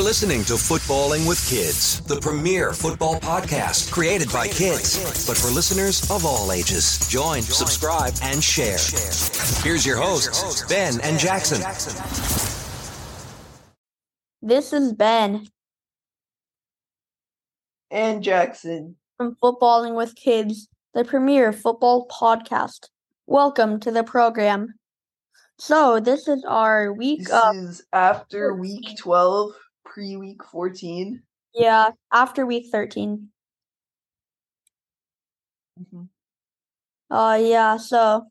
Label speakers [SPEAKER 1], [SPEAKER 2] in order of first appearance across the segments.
[SPEAKER 1] listening to Footballing with Kids, the premier football podcast created by kids, but for listeners of all ages. Join, subscribe, and share. Here's your hosts, Ben and Jackson.
[SPEAKER 2] This is Ben
[SPEAKER 3] and Jackson.
[SPEAKER 2] from Footballing with Kids, the premier football podcast. Welcome to the program. So, this is our week
[SPEAKER 3] This
[SPEAKER 2] of,
[SPEAKER 3] is after week 12, pre week 14.
[SPEAKER 2] yeah, after week 13. Mm-hmm. Uh, yeah, so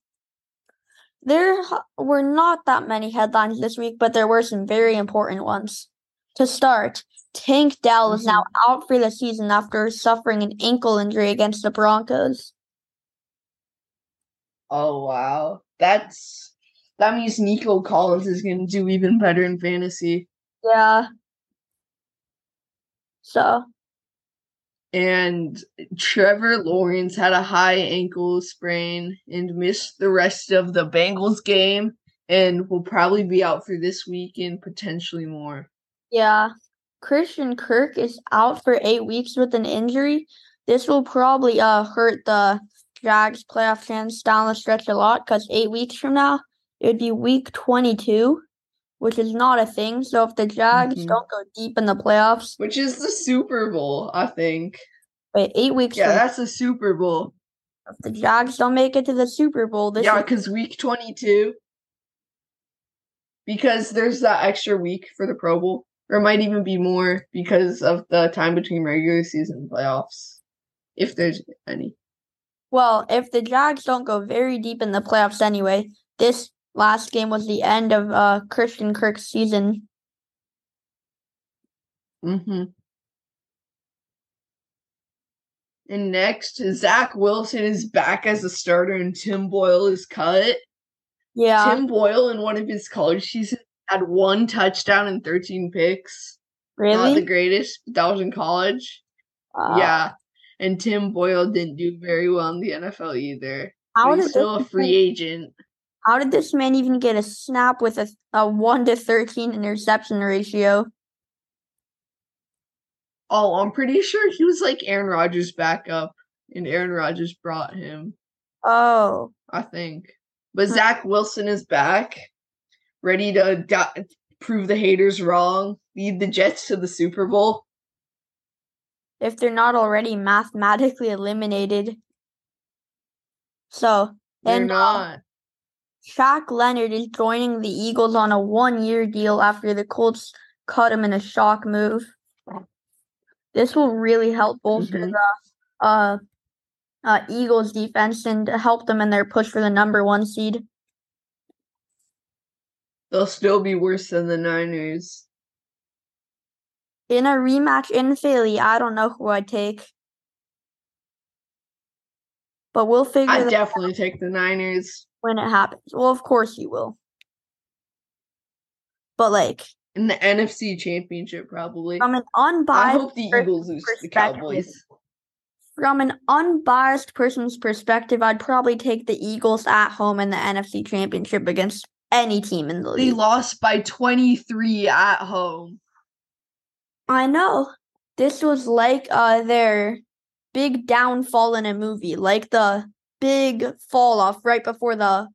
[SPEAKER 2] there h- were not that many headlines this week, but there were some very important ones. To start, Tank Dell is now out for the season after suffering an ankle injury against the Broncos.
[SPEAKER 3] Oh, wow. That's. That means Nico Collins is going to do even better in fantasy.
[SPEAKER 2] Yeah. So,
[SPEAKER 3] And Trevor Lawrence had a high ankle sprain and missed the rest of the Bengals game and will probably be out for this week and potentially more.
[SPEAKER 2] yeah. Christian Kirk is out for eight weeks with an injury. This will probably uh hurt the Jags playoff chance down the stretch a lot because eight weeks from now it would be week twenty two, which is not a thing. So if the Jags
[SPEAKER 3] Mhm.
[SPEAKER 2] don't go deep in the playoffs,
[SPEAKER 3] Which is the Super Bowl, I think.
[SPEAKER 2] wait, eight weeks
[SPEAKER 3] Yeah,
[SPEAKER 2] from now,
[SPEAKER 3] that's the Super Bowl.
[SPEAKER 2] if the Jags don't make it to the Super Bowl, this
[SPEAKER 3] yeah,
[SPEAKER 2] is,
[SPEAKER 3] because week 22, because there's that extra week for the Pro Bowl, or it might even be more because of the time between regular season and playoffs, if there's any.
[SPEAKER 2] well, if the Jags don't go very deep in the playoffs anyway, this last game was the end of uh Christian Kirk's season.
[SPEAKER 3] Mm-hmm. And next, Zach Wilson is back as a starter, and Tim Boyle is cut.
[SPEAKER 2] Yeah.
[SPEAKER 3] Tim uh, Boyle, in one of his college seasons, had one touchdown and 13 picks. Not the
[SPEAKER 2] Really?
[SPEAKER 3] greatest, but that was in college.
[SPEAKER 2] Wow.
[SPEAKER 3] Yeah. And Tim Boyle didn't do very well in the NFL either.
[SPEAKER 2] How
[SPEAKER 3] But
[SPEAKER 2] did
[SPEAKER 3] he's still a
[SPEAKER 2] this
[SPEAKER 3] free
[SPEAKER 2] man,
[SPEAKER 3] agent.
[SPEAKER 2] how did this man even get a snap with a, a one to thirteen interception ratio?
[SPEAKER 3] Oh, I'm pretty sure he was like Aaron Rodgers' backup, and Aaron Rodgers brought him,
[SPEAKER 2] Oh,
[SPEAKER 3] I think. But
[SPEAKER 2] Huh.
[SPEAKER 3] Zach Wilson is back, ready to da- prove the haters wrong, lead the Jets to the Super Bowl.
[SPEAKER 2] if they're not already mathematically eliminated. So
[SPEAKER 3] They're
[SPEAKER 2] And, uh,
[SPEAKER 3] not.
[SPEAKER 2] Shaq Leonard is joining the Eagles on a one-year deal after the Colts cut him in a shock move. This will really help bolster
[SPEAKER 3] Mhm.
[SPEAKER 2] the uh, uh, Eagles defense and help them in their push for the number one seed.
[SPEAKER 3] They'll still be worse than the Niners.
[SPEAKER 2] In a rematch in Philly, I don't know who I'd take. But we'll figure
[SPEAKER 3] I
[SPEAKER 2] that
[SPEAKER 3] definitely take the Niners.
[SPEAKER 2] when it happens. Well, of course you will. But like
[SPEAKER 3] In the NFC Championship, probably.
[SPEAKER 2] from an
[SPEAKER 3] I
[SPEAKER 2] unbiased
[SPEAKER 3] hope the
[SPEAKER 2] per-
[SPEAKER 3] Eagles lose to the
[SPEAKER 2] perspective.
[SPEAKER 3] Cowboys.
[SPEAKER 2] from an unbiased person's perspective, I'd probably take the Eagles at home in the NFC Championship against any team in the
[SPEAKER 3] They
[SPEAKER 2] league.
[SPEAKER 3] lost by 23 at home.
[SPEAKER 2] I know. This was like uh their big downfall in a movie, like the big fall off right before the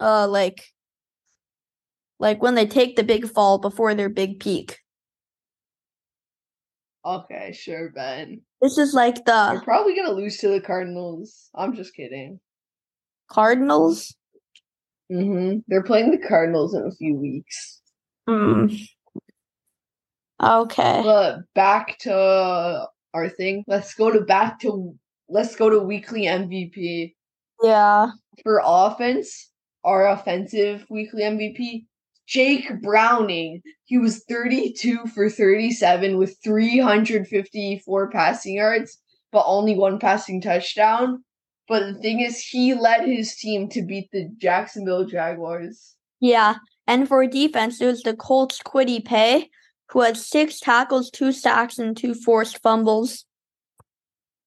[SPEAKER 2] uh like like when they take the big fall before their big peak.
[SPEAKER 3] Okay, sure, Ben.
[SPEAKER 2] This is like
[SPEAKER 3] They're
[SPEAKER 2] the
[SPEAKER 3] probably going to lose to the Cardinals. I'm just kidding.
[SPEAKER 2] Cardinals.
[SPEAKER 3] Mm-hmm. They're playing the Cardinals in a few weeks.
[SPEAKER 2] Hmm. Okay.
[SPEAKER 3] But back to our thing. Let's go to back to let's go to weekly MVP
[SPEAKER 2] Yeah.
[SPEAKER 3] for offense. Our offensive weekly MVP, Jake Browning. He was 32 for 37 with 354 passing yards, but only one passing touchdown. But the thing is, he led his team to beat the Jacksonville Jaguars.
[SPEAKER 2] Yeah. And for defense, it was the Colts Quiddy Pay, who had six tackles, two sacks, and two forced fumbles,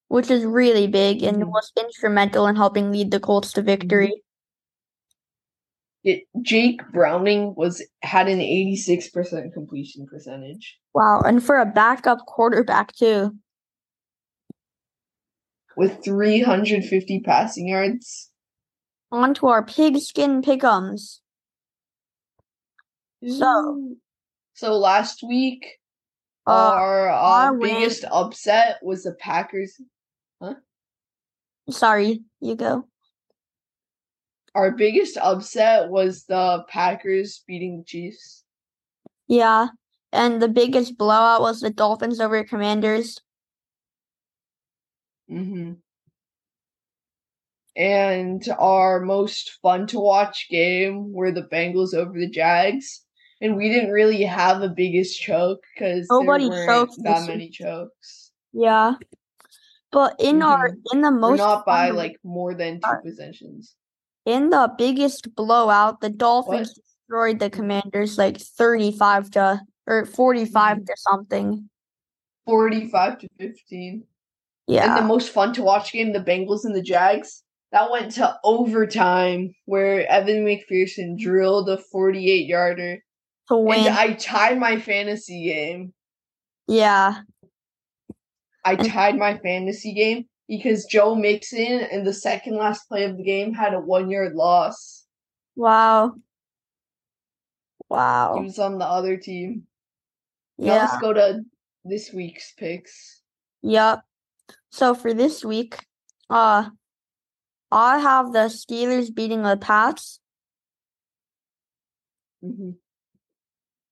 [SPEAKER 2] which is really big and
[SPEAKER 3] Mhm.
[SPEAKER 2] was instrumental in helping lead the Colts to victory.
[SPEAKER 3] It, Jake Browning was had an 86% completion percentage.
[SPEAKER 2] Wow, and for a backup quarterback too.
[SPEAKER 3] with 350 passing yards.
[SPEAKER 2] On to our pigskin pickums. So-
[SPEAKER 3] so last week
[SPEAKER 2] Uh,
[SPEAKER 3] our, uh,
[SPEAKER 2] our win-
[SPEAKER 3] biggest upset was the Packers.
[SPEAKER 2] sorry, you go.
[SPEAKER 3] Our biggest upset was the Packers beating the Chiefs.
[SPEAKER 2] Yeah, and the biggest blowout was the Dolphins over Commanders.
[SPEAKER 3] Mm-hmm. And our most fun to watch game were the Bengals over the Jags. And we didn't really have a biggest choke because there
[SPEAKER 2] Nobody
[SPEAKER 3] weren't
[SPEAKER 2] choked
[SPEAKER 3] that
[SPEAKER 2] this
[SPEAKER 3] many chokes.
[SPEAKER 2] Yeah, but in our in the
[SPEAKER 3] We're
[SPEAKER 2] most
[SPEAKER 3] not by
[SPEAKER 2] fun-
[SPEAKER 3] like more than two
[SPEAKER 2] Alright.
[SPEAKER 3] possessions.
[SPEAKER 2] in the biggest blowout, the Dolphins destroyed the Commanders like thirty-five to or 45
[SPEAKER 3] Mm-hmm.
[SPEAKER 2] to something.
[SPEAKER 3] Forty-five to fifteen.
[SPEAKER 2] Yeah,
[SPEAKER 3] And the most fun to watch game, the Bengals and the Jags. That went to overtime where Evan McPherson drilled a forty-eight yarder.
[SPEAKER 2] to win.
[SPEAKER 3] And I tied my fantasy game.
[SPEAKER 2] yeah,
[SPEAKER 3] I
[SPEAKER 2] And-
[SPEAKER 3] tied my fantasy game because Joe Mixon in the second last play of the game had a one-yard loss.
[SPEAKER 2] wow,
[SPEAKER 3] He
[SPEAKER 2] wow.
[SPEAKER 3] was on the other team. Now
[SPEAKER 2] Oh. Yeah.
[SPEAKER 3] let's go to this week's picks.
[SPEAKER 2] Yep. So for this week, uh I have the Steelers beating the Pats.
[SPEAKER 3] hmm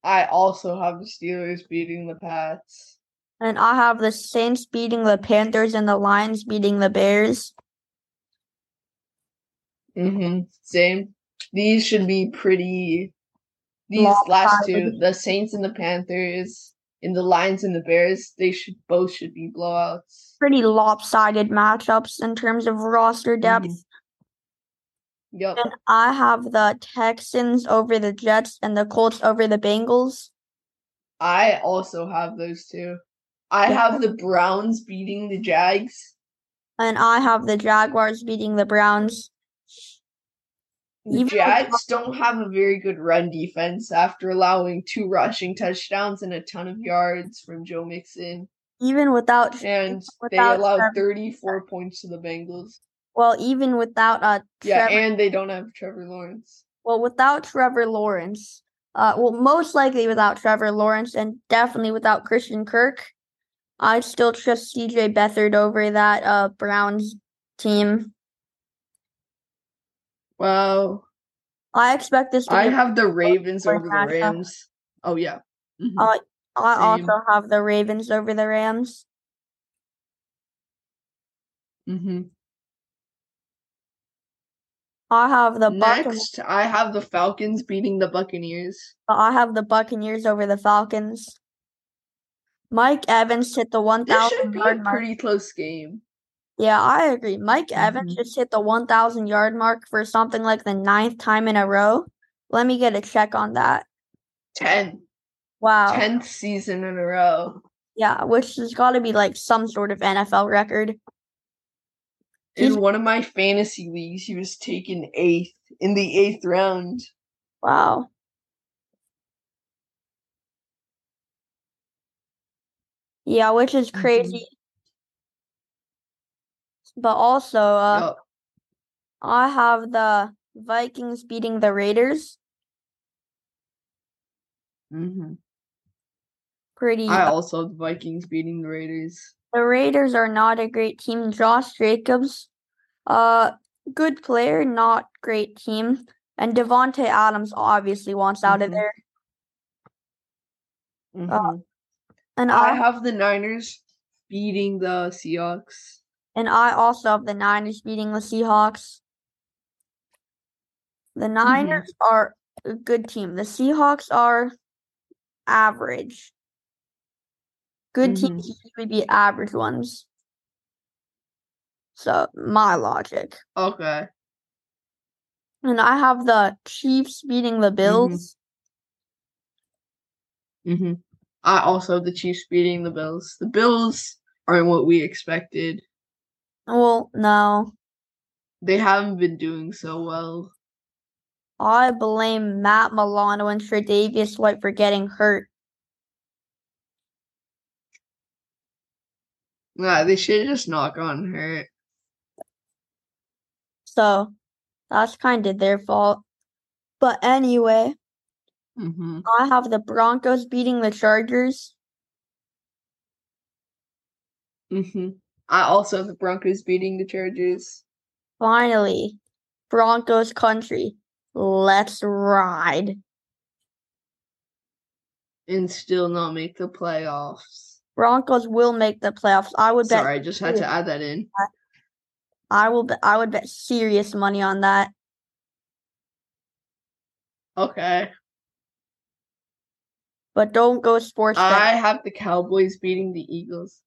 [SPEAKER 3] I also have the Steelers beating the Pats.
[SPEAKER 2] And I have the Saints beating the Panthers and the Lions beating the Bears.
[SPEAKER 3] Mm-hmm. Same. These should be pretty. These
[SPEAKER 2] Lot
[SPEAKER 3] last two,
[SPEAKER 2] tied.
[SPEAKER 3] the Saints and the Panthers, and the Lions and the Bears, they should both should be blowouts.
[SPEAKER 2] Pretty lopsided matchups in terms of roster depth.
[SPEAKER 3] Mhm. Yep.
[SPEAKER 2] And I have the Texans over the Jets and the Colts over the Bengals.
[SPEAKER 3] I also have those two. I
[SPEAKER 2] Yeah.
[SPEAKER 3] have the Browns beating the Jags.
[SPEAKER 2] And I have the Jaguars beating the Browns.
[SPEAKER 3] The
[SPEAKER 2] Even-
[SPEAKER 3] Jags don't have a very good run defense after allowing two rushing touchdowns and a ton of yards from Joe Mixon.
[SPEAKER 2] Even without
[SPEAKER 3] And they
[SPEAKER 2] Without
[SPEAKER 3] allowed
[SPEAKER 2] Trevor.
[SPEAKER 3] 34 points to the Bengals.
[SPEAKER 2] well, even without uh
[SPEAKER 3] Yeah,
[SPEAKER 2] Trevor
[SPEAKER 3] and they don't have Trevor Lawrence.
[SPEAKER 2] Well, without Trevor Lawrence, uh, well, most likely without Trevor Lawrence and definitely without Christian Kirk, I'd still trust CJ Beathard over that uh, Browns team.
[SPEAKER 3] Wow.
[SPEAKER 2] I expect this to
[SPEAKER 3] I
[SPEAKER 2] be.
[SPEAKER 3] have the Ravens
[SPEAKER 2] Or
[SPEAKER 3] over the
[SPEAKER 2] Nashville.
[SPEAKER 3] Rams. Oh, yeah. Mhm.
[SPEAKER 2] Uh, I
[SPEAKER 3] same.
[SPEAKER 2] also have the Ravens over the Rams.
[SPEAKER 3] Mhm.
[SPEAKER 2] I have the Buccaneers.
[SPEAKER 3] Next, I have the Falcons beating the Buccaneers.
[SPEAKER 2] I have the Buccaneers over the Falcons. Mike Evans hit the one
[SPEAKER 3] This should
[SPEAKER 2] thousand
[SPEAKER 3] be
[SPEAKER 2] yard
[SPEAKER 3] a
[SPEAKER 2] mark.
[SPEAKER 3] pretty close game.
[SPEAKER 2] Yeah, I agree. Mike Evans
[SPEAKER 3] Mhm.
[SPEAKER 2] just hit the 1,000 yard mark for something like the ninth time in a row. Let me get a check on that.
[SPEAKER 3] 10.
[SPEAKER 2] Wow.
[SPEAKER 3] 10th season in a row.
[SPEAKER 2] Yeah, which has got to be like some sort of NFL record. He's-
[SPEAKER 3] In one of my fantasy leagues, he was taken eighth in the eighth round.
[SPEAKER 2] Wow. Yeah, which is
[SPEAKER 3] Mhm.
[SPEAKER 2] crazy. But also, uh,
[SPEAKER 3] Yup.
[SPEAKER 2] I have the Vikings beating the Raiders. Mm-hmm.
[SPEAKER 3] Mhm.
[SPEAKER 2] Pretty.
[SPEAKER 3] I
[SPEAKER 2] uh,
[SPEAKER 3] also have the Vikings beating the Raiders.
[SPEAKER 2] The Raiders are not a great team. Josh Jacobs, uh, good player, not great team. And Devonte Adams obviously wants out of
[SPEAKER 3] Mhm.
[SPEAKER 2] there.
[SPEAKER 3] Mhm.
[SPEAKER 2] And Oh, I,
[SPEAKER 3] I have the Niners beating the Seahawks.
[SPEAKER 2] and I also have the Niners beating the Seahawks. The Niners are a good team. The Seahawks are average. Good
[SPEAKER 3] Mhm.
[SPEAKER 2] teams usually beat average ones. So my logic.
[SPEAKER 3] Okay.
[SPEAKER 2] And I have the Chiefs beating the Bills.
[SPEAKER 3] Mm-hmm. I also have the Chiefs beating the Bills. The Bills aren't what we expected.
[SPEAKER 2] Well, no.
[SPEAKER 3] They haven't been doing so well.
[SPEAKER 2] I blame Matt Milano and Tre'Davious White for getting hurt.
[SPEAKER 3] Nah, they should just knock on hurt.
[SPEAKER 2] So that's kind of their fault. But anyway,
[SPEAKER 3] Mm-hmm.
[SPEAKER 2] I have the Broncos beating the Chargers.
[SPEAKER 3] Mm-hmm. I also have the Broncos beating the Chargers.
[SPEAKER 2] Finally, Broncos country. Let's ride.
[SPEAKER 3] and still not make the playoffs.
[SPEAKER 2] Broncos will make the playoffs. I would bet.
[SPEAKER 3] Sorry, I just had to add that in.
[SPEAKER 2] I will. Bet, I would bet serious money on that.
[SPEAKER 3] Okay.
[SPEAKER 2] But don't go sports bet.
[SPEAKER 3] I have the Cowboys beating the Eagles.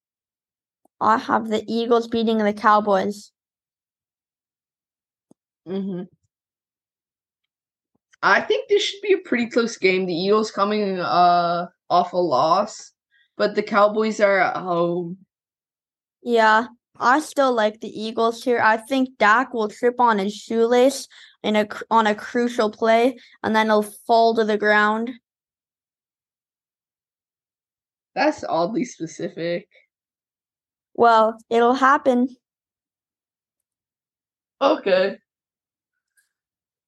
[SPEAKER 2] I have the Eagles beating the Cowboys.
[SPEAKER 3] hmm I think this should be a pretty close game. The Eagles coming uh off a loss, but the Cowboys are at home.
[SPEAKER 2] Yeah, I still like the Eagles here. I think Dak will trip on his shoelace in a cr- on a crucial play, and then he'll fall to the ground.
[SPEAKER 3] That's oddly specific.
[SPEAKER 2] Well, it'll happen.
[SPEAKER 3] Okay.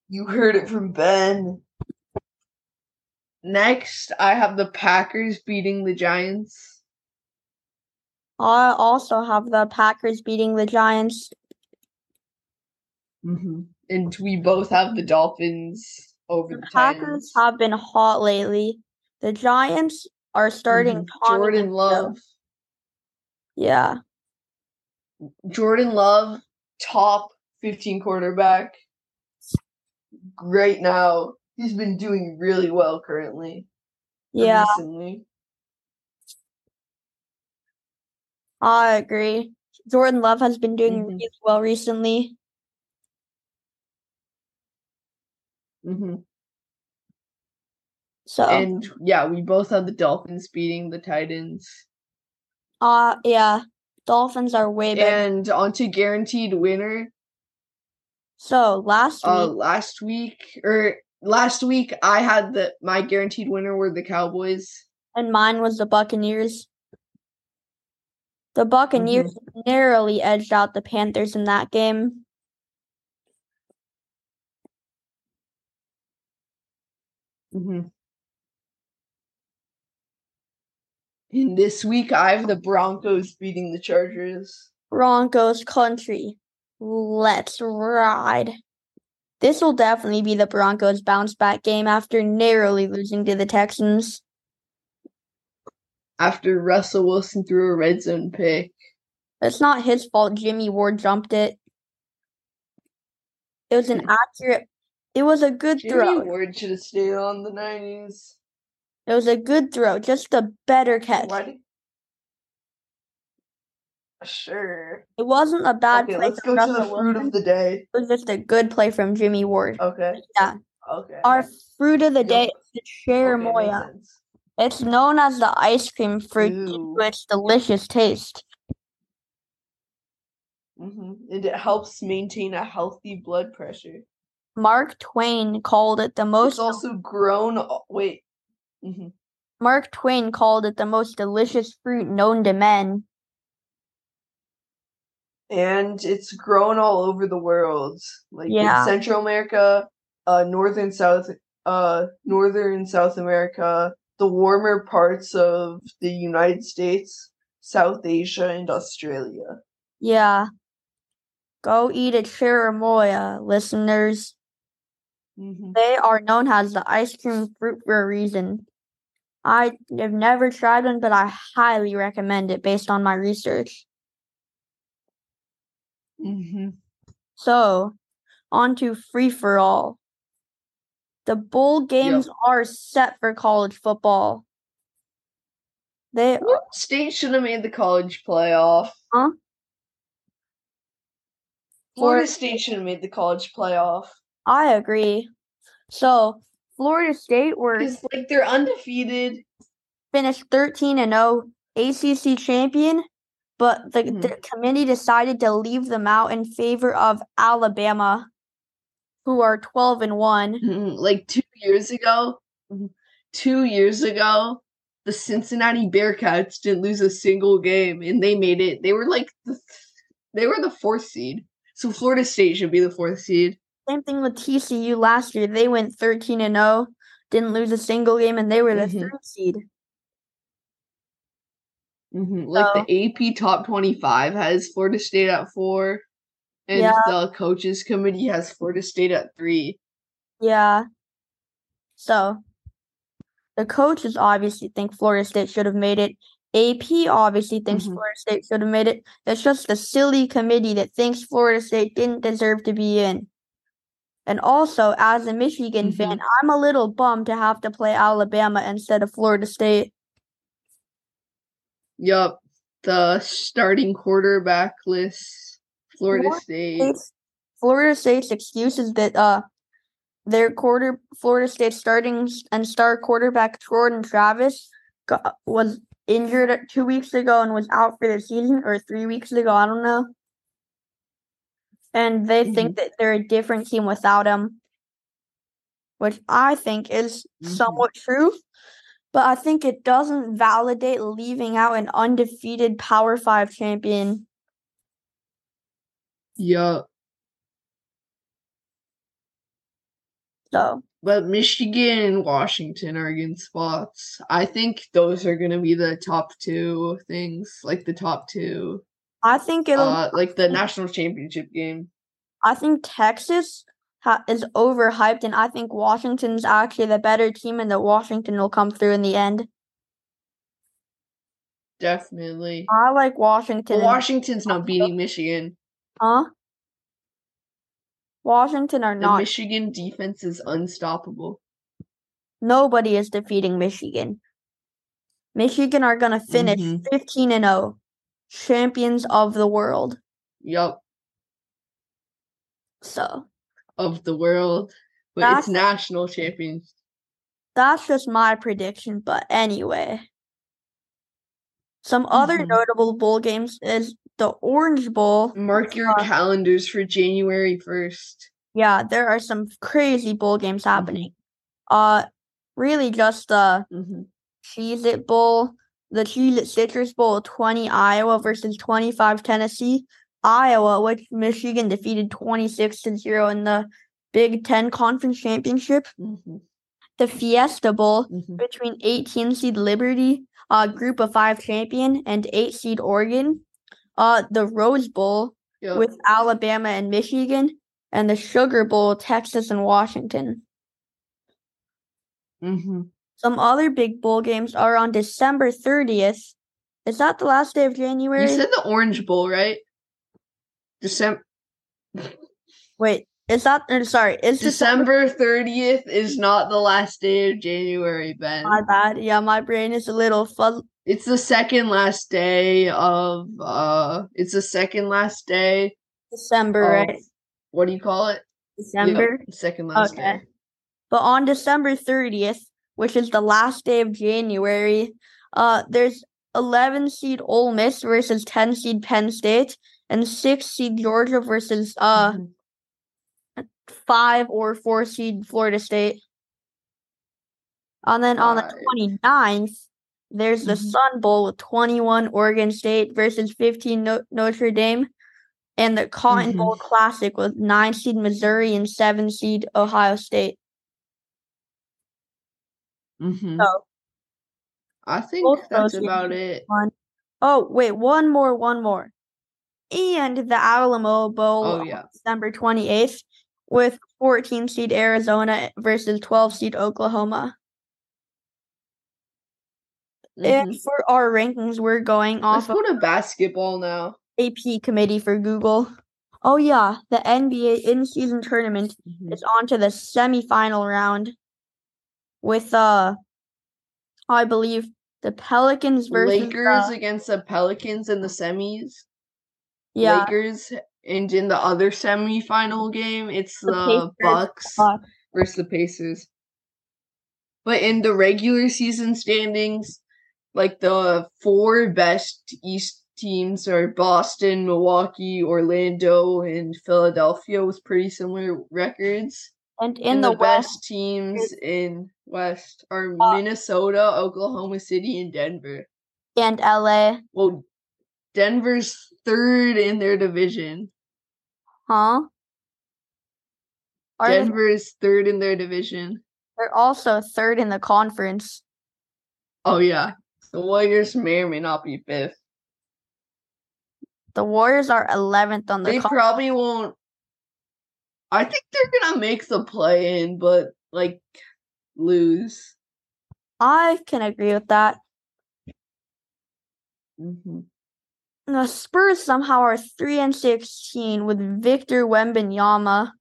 [SPEAKER 3] You heard it from Ben. Next, I have the Packers beating the Giants.
[SPEAKER 2] I also have the Packers beating the Giants.
[SPEAKER 3] Mm-hmm. And we both have the Dolphins over the,
[SPEAKER 2] The Packers have been hot lately. The Giants are starting
[SPEAKER 3] Titans. Mhm.
[SPEAKER 2] Tommy
[SPEAKER 3] Jordan
[SPEAKER 2] Wiseau.
[SPEAKER 3] Love.
[SPEAKER 2] Yeah,
[SPEAKER 3] Jordan Love, top 15 quarterback. Right now, he's been doing really well currently. or
[SPEAKER 2] yeah,
[SPEAKER 3] Recently. Mm-hmm.
[SPEAKER 2] I agree. Jordan Love has been doing
[SPEAKER 3] Mhm.
[SPEAKER 2] really well recently.
[SPEAKER 3] Mm-hmm.
[SPEAKER 2] So,
[SPEAKER 3] And yeah, we both have the Dolphins beating the Titans.
[SPEAKER 2] uh, yeah, Dolphins are way better.
[SPEAKER 3] And on to guaranteed winner.
[SPEAKER 2] So last
[SPEAKER 3] Uh,
[SPEAKER 2] week,
[SPEAKER 3] last week or last week, I had the my guaranteed winner were the Cowboys.
[SPEAKER 2] and mine was the Buccaneers. The Buccaneers
[SPEAKER 3] Mm-hmm.
[SPEAKER 2] narrowly edged out the Panthers in that game.
[SPEAKER 3] Mm-hmm. And this week, I have the Broncos beating the Chargers.
[SPEAKER 2] Broncos country, let's ride. This will definitely be the Broncos bounce back game after narrowly losing to the Texans.
[SPEAKER 3] After Russell Wilson threw a red zone pick,
[SPEAKER 2] It's not his fault Jimmy Ward jumped it. It was an accurate it was a good
[SPEAKER 3] Hmm. Jimmy
[SPEAKER 2] throw.
[SPEAKER 3] Ward should have stayed on the nineties.
[SPEAKER 2] It was a good throw, just a better catch.
[SPEAKER 3] Why? Did... Sure.
[SPEAKER 2] It wasn't a bad
[SPEAKER 3] Okay,
[SPEAKER 2] play
[SPEAKER 3] let's go
[SPEAKER 2] from
[SPEAKER 3] to the
[SPEAKER 2] Russell
[SPEAKER 3] fruit
[SPEAKER 2] Wilson.
[SPEAKER 3] of the day.
[SPEAKER 2] It was just a good play from Jimmy Ward.
[SPEAKER 3] Okay.
[SPEAKER 2] Yeah.
[SPEAKER 3] Okay.
[SPEAKER 2] Our fruit of the
[SPEAKER 3] Yep.
[SPEAKER 2] day is the cherimoya.
[SPEAKER 3] Okay, makes sense.
[SPEAKER 2] It's known as the ice cream fruit due
[SPEAKER 3] Ooh.
[SPEAKER 2] to its delicious taste.
[SPEAKER 3] Mhm. And it helps maintain a healthy blood pressure.
[SPEAKER 2] Mark Twain called it the most
[SPEAKER 3] It's also grown. o- Wait. hmm
[SPEAKER 2] Mark Twain called it the most delicious fruit known to men.
[SPEAKER 3] and it's grown all over the world like
[SPEAKER 2] Yeah.
[SPEAKER 3] in central america uh northern south uh northern south america the warmer parts of the united states south asia and australia
[SPEAKER 2] Yeah. Go eat a cherimoya, listeners.
[SPEAKER 3] hmm
[SPEAKER 2] They are known as the ice cream fruit for a reason. I have never tried one, but I highly recommend it based on my research.
[SPEAKER 3] hmm
[SPEAKER 2] So, on to free for all. The bowl games are set for college football. They
[SPEAKER 3] state should have made the college playoff
[SPEAKER 2] Huh?
[SPEAKER 3] florida state should have made the college playoff
[SPEAKER 2] I agree. So, Florida State were
[SPEAKER 3] because like they're undefeated
[SPEAKER 2] finished 13 and 0 ACC champion, but the,
[SPEAKER 3] Mhm.
[SPEAKER 2] the committee decided to leave them out in favor of Alabama. who are 12 and 1.
[SPEAKER 3] Mhm. like two years ago, mhm, two years ago, the Cincinnati Bearcats didn't lose a single game, and they made it. They were like the, th- they were the fourth seed. So Florida State should be the fourth seed.
[SPEAKER 2] Same thing with TCU last year. They went 13 and 0, didn't lose a single game, and they were the
[SPEAKER 3] Mhm.
[SPEAKER 2] third seed.
[SPEAKER 3] Mhm, Like
[SPEAKER 2] So-
[SPEAKER 3] the AP top twenty-five has Florida State at four, and
[SPEAKER 2] Yeah.
[SPEAKER 3] the coaches committee has Florida State at three.
[SPEAKER 2] Yeah. So the coaches obviously think Florida State should have made it. AP obviously thinks
[SPEAKER 3] Mhm.
[SPEAKER 2] Florida State should have made it. It's just the silly committee that thinks Florida State didn't deserve to be in. And also, as a Michigan fan, I'm a little bummed to have to play Alabama instead of Florida State.
[SPEAKER 3] Yup, the starting quarterbackless Florida
[SPEAKER 2] Florida
[SPEAKER 3] State.
[SPEAKER 2] State's- Florida State's excuse is that uh their quarter Florida State starting s- and star quarterback Jordan Travis got, was injured at- two weeks ago and was out for the season or three weeks ago, I don't know. And they think that they're a different team without him, which I think is
[SPEAKER 3] Mhm.
[SPEAKER 2] somewhat true. But I think it doesn't validate leaving out an undefeated Power Five champion.
[SPEAKER 3] Yup.
[SPEAKER 2] So
[SPEAKER 3] But Michigan and Washington are getting spots. I think those are going to be the top two things, like the top two,
[SPEAKER 2] I think it'll
[SPEAKER 3] uh, like the national championship game.
[SPEAKER 2] I think Texas ha- is overhyped, and I think Washington's actually the better team, and that Washington will come through in the end.
[SPEAKER 3] Definitely.
[SPEAKER 2] I like Washington.
[SPEAKER 3] But
[SPEAKER 2] and-
[SPEAKER 3] Washington's not beating Michigan.
[SPEAKER 2] huh? Washington are
[SPEAKER 3] The
[SPEAKER 2] not.
[SPEAKER 3] Michigan defense is unstoppable.
[SPEAKER 2] Nobody is defeating Michigan. Michigan are gonna finish
[SPEAKER 3] Mhm.
[SPEAKER 2] fifteen and zero, champions of the world.
[SPEAKER 3] Yup,
[SPEAKER 2] So
[SPEAKER 3] of the world. But
[SPEAKER 2] That's-
[SPEAKER 3] it's national champions.
[SPEAKER 2] that's just my prediction. But anyway, some other
[SPEAKER 3] Mhm.
[SPEAKER 2] notable bowl games is the Orange Bowl.
[SPEAKER 3] Mark your
[SPEAKER 2] Uh,
[SPEAKER 3] calendars for January 1st.
[SPEAKER 2] Yeah, there are some crazy bowl games happening. Uh really just the
[SPEAKER 3] Mm-hmm.
[SPEAKER 2] Cheez It Bowl, the Cheez It Citrus Bowl, 20 Iowa versus 25 Tennessee. Iowa, which Michigan defeated 26 to 0 in the Big Ten Conference Championship.
[SPEAKER 3] hmm
[SPEAKER 2] The Fiesta Bowl
[SPEAKER 3] hmm
[SPEAKER 2] between 18 seed Liberty, uh group of five champion, and eight seed Oregon. Uh the Rose Bowl
[SPEAKER 3] Yup.
[SPEAKER 2] with Alabama and Michigan, and the Sugar Bowl, Texas and Washington.
[SPEAKER 3] hmm
[SPEAKER 2] Some other big bowl games are on December 30th. Is that the last day of January?
[SPEAKER 3] You said the Orange Bowl, right? December.
[SPEAKER 2] Wait, is that or sorry, is December,
[SPEAKER 3] December 30th is not the last day of January, Ben.
[SPEAKER 2] my bad. Yeah, my brain is a little fuzz
[SPEAKER 3] It's the second last day of uh it's the second last day.
[SPEAKER 2] December,
[SPEAKER 3] of-
[SPEAKER 2] right?
[SPEAKER 3] What do you call it? Oh. Yep,
[SPEAKER 2] December.
[SPEAKER 3] second last
[SPEAKER 2] Okay.
[SPEAKER 3] day.
[SPEAKER 2] But on December 30th, which is the last day of January, uh, there's 11 seed Ole Miss versus 10 seed Penn State, and 6 seed Georgia versus uh
[SPEAKER 3] Mhm.
[SPEAKER 2] five or four seed Florida State. And then on
[SPEAKER 3] Five.
[SPEAKER 2] the 29th, there's the
[SPEAKER 3] Mhm.
[SPEAKER 2] Sun Bowl with 21 Oregon State versus 15 no- Notre Dame, and the Cotton
[SPEAKER 3] Mhm.
[SPEAKER 2] Bowl Classic with 9 seed Missouri and 7 seed Ohio State.
[SPEAKER 3] Mhm.
[SPEAKER 2] So,
[SPEAKER 3] I think
[SPEAKER 2] both
[SPEAKER 3] that's
[SPEAKER 2] those
[SPEAKER 3] about
[SPEAKER 2] games.
[SPEAKER 3] it.
[SPEAKER 2] oh, wait, one more, one more. And the Alamo Bowl
[SPEAKER 3] Oh yeah.
[SPEAKER 2] December 28th with 14 seed Arizona versus 12 seed Oklahoma.
[SPEAKER 3] Mhm.
[SPEAKER 2] And for our rankings, we're going off
[SPEAKER 3] Let's
[SPEAKER 2] of
[SPEAKER 3] go to basketball now.
[SPEAKER 2] AP committee for Google. Oh yeah, the NBA in-season tournament
[SPEAKER 3] Mhm.
[SPEAKER 2] is on to the semifinal round with uh I believe the Pelicans versus uh, the-
[SPEAKER 3] Lakers uh, against the Pelicans in the semis.
[SPEAKER 2] yeah,
[SPEAKER 3] Lakers and in the other semifinal game, it's the,
[SPEAKER 2] Pacers,
[SPEAKER 3] Bucks
[SPEAKER 2] Bucks.
[SPEAKER 3] versus the Pacers. But in the regular season standings, like the four best East teams are Boston, Milwaukee, Orlando, and Philadelphia with pretty similar records.
[SPEAKER 2] And in
[SPEAKER 3] And
[SPEAKER 2] the,
[SPEAKER 3] the,
[SPEAKER 2] West,
[SPEAKER 3] best teams in West are
[SPEAKER 2] Uh,
[SPEAKER 3] Minnesota, Oklahoma City, and Denver.
[SPEAKER 2] and LA,
[SPEAKER 3] Well, Denver's third in their division.
[SPEAKER 2] huh? Are they-
[SPEAKER 3] Denver's third in their division.
[SPEAKER 2] they're also third in the conference.
[SPEAKER 3] Oh yeah, the Warriors may or may not be fifth.
[SPEAKER 2] The Warriors are 11th on the
[SPEAKER 3] They
[SPEAKER 2] con-
[SPEAKER 3] probably won't. I think they're gonna make the play in, but like lose.
[SPEAKER 2] I can agree with that.
[SPEAKER 3] hmm
[SPEAKER 2] The Spurs somehow are 3 and 16 with Victor Wembanyama.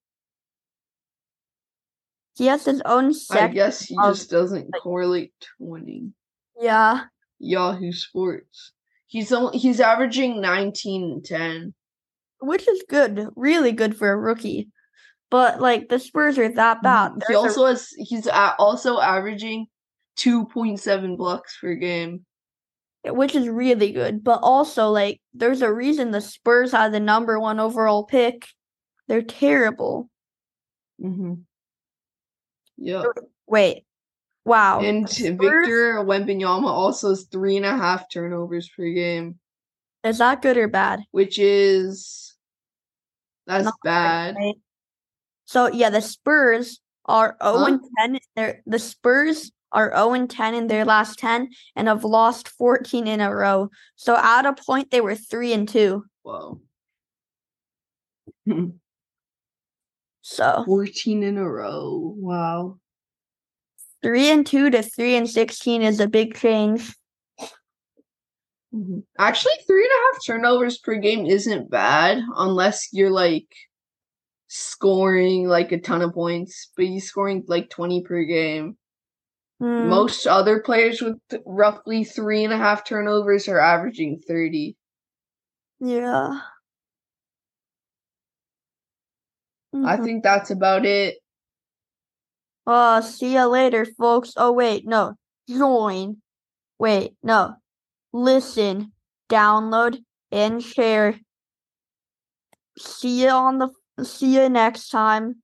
[SPEAKER 2] He has his own
[SPEAKER 3] I
[SPEAKER 2] section.
[SPEAKER 3] guess he
[SPEAKER 2] of-
[SPEAKER 3] just doesn't correlate to winning.
[SPEAKER 2] Yeah.
[SPEAKER 3] Yahoo Sports. He's only, he's averaging nineteen and ten.
[SPEAKER 2] which is good, really good for a rookie. But like the Spurs are that bad.
[SPEAKER 3] Mhm. He
[SPEAKER 2] There's a-
[SPEAKER 3] also has he's a- also averaging two point seven blocks per game.
[SPEAKER 2] which is really good. But also like there's a reason the Spurs had the number one overall pick. They're terrible.
[SPEAKER 3] Mm-hmm. Yeah,
[SPEAKER 2] Wait. Wow.
[SPEAKER 3] and
[SPEAKER 2] The Spurs-
[SPEAKER 3] Victor Wembanyama also has three and a half turnovers per game,
[SPEAKER 2] is that good or bad?
[SPEAKER 3] which is that's
[SPEAKER 2] Not
[SPEAKER 3] bad.
[SPEAKER 2] Uh, Right? So yeah, the Spurs are 0
[SPEAKER 3] Uh-huh.
[SPEAKER 2] and 10 in their the Spurs are 0 and 10 in their last 10 and have lost 14 in a row. So at a point they were 3 and 2.
[SPEAKER 3] Whoa,
[SPEAKER 2] So
[SPEAKER 3] fourteen in a row. Wow.
[SPEAKER 2] three and two to three and sixteen is a big change.
[SPEAKER 3] Mhm. Actually, three and a half turnovers per game isn't bad unless you're like scoring like a ton of points, but you're scoring like 20 per game.
[SPEAKER 2] Hmm,
[SPEAKER 3] Most other players with roughly three and a half turnovers are averaging 30.
[SPEAKER 2] Hmm, yeah.
[SPEAKER 3] I
[SPEAKER 2] Mhm.
[SPEAKER 3] think that's about it.
[SPEAKER 2] Uh, see ya later, folks. Oh wait, no. Join. Wait, no. Listen, download, and share. See ya on the. See ya next time.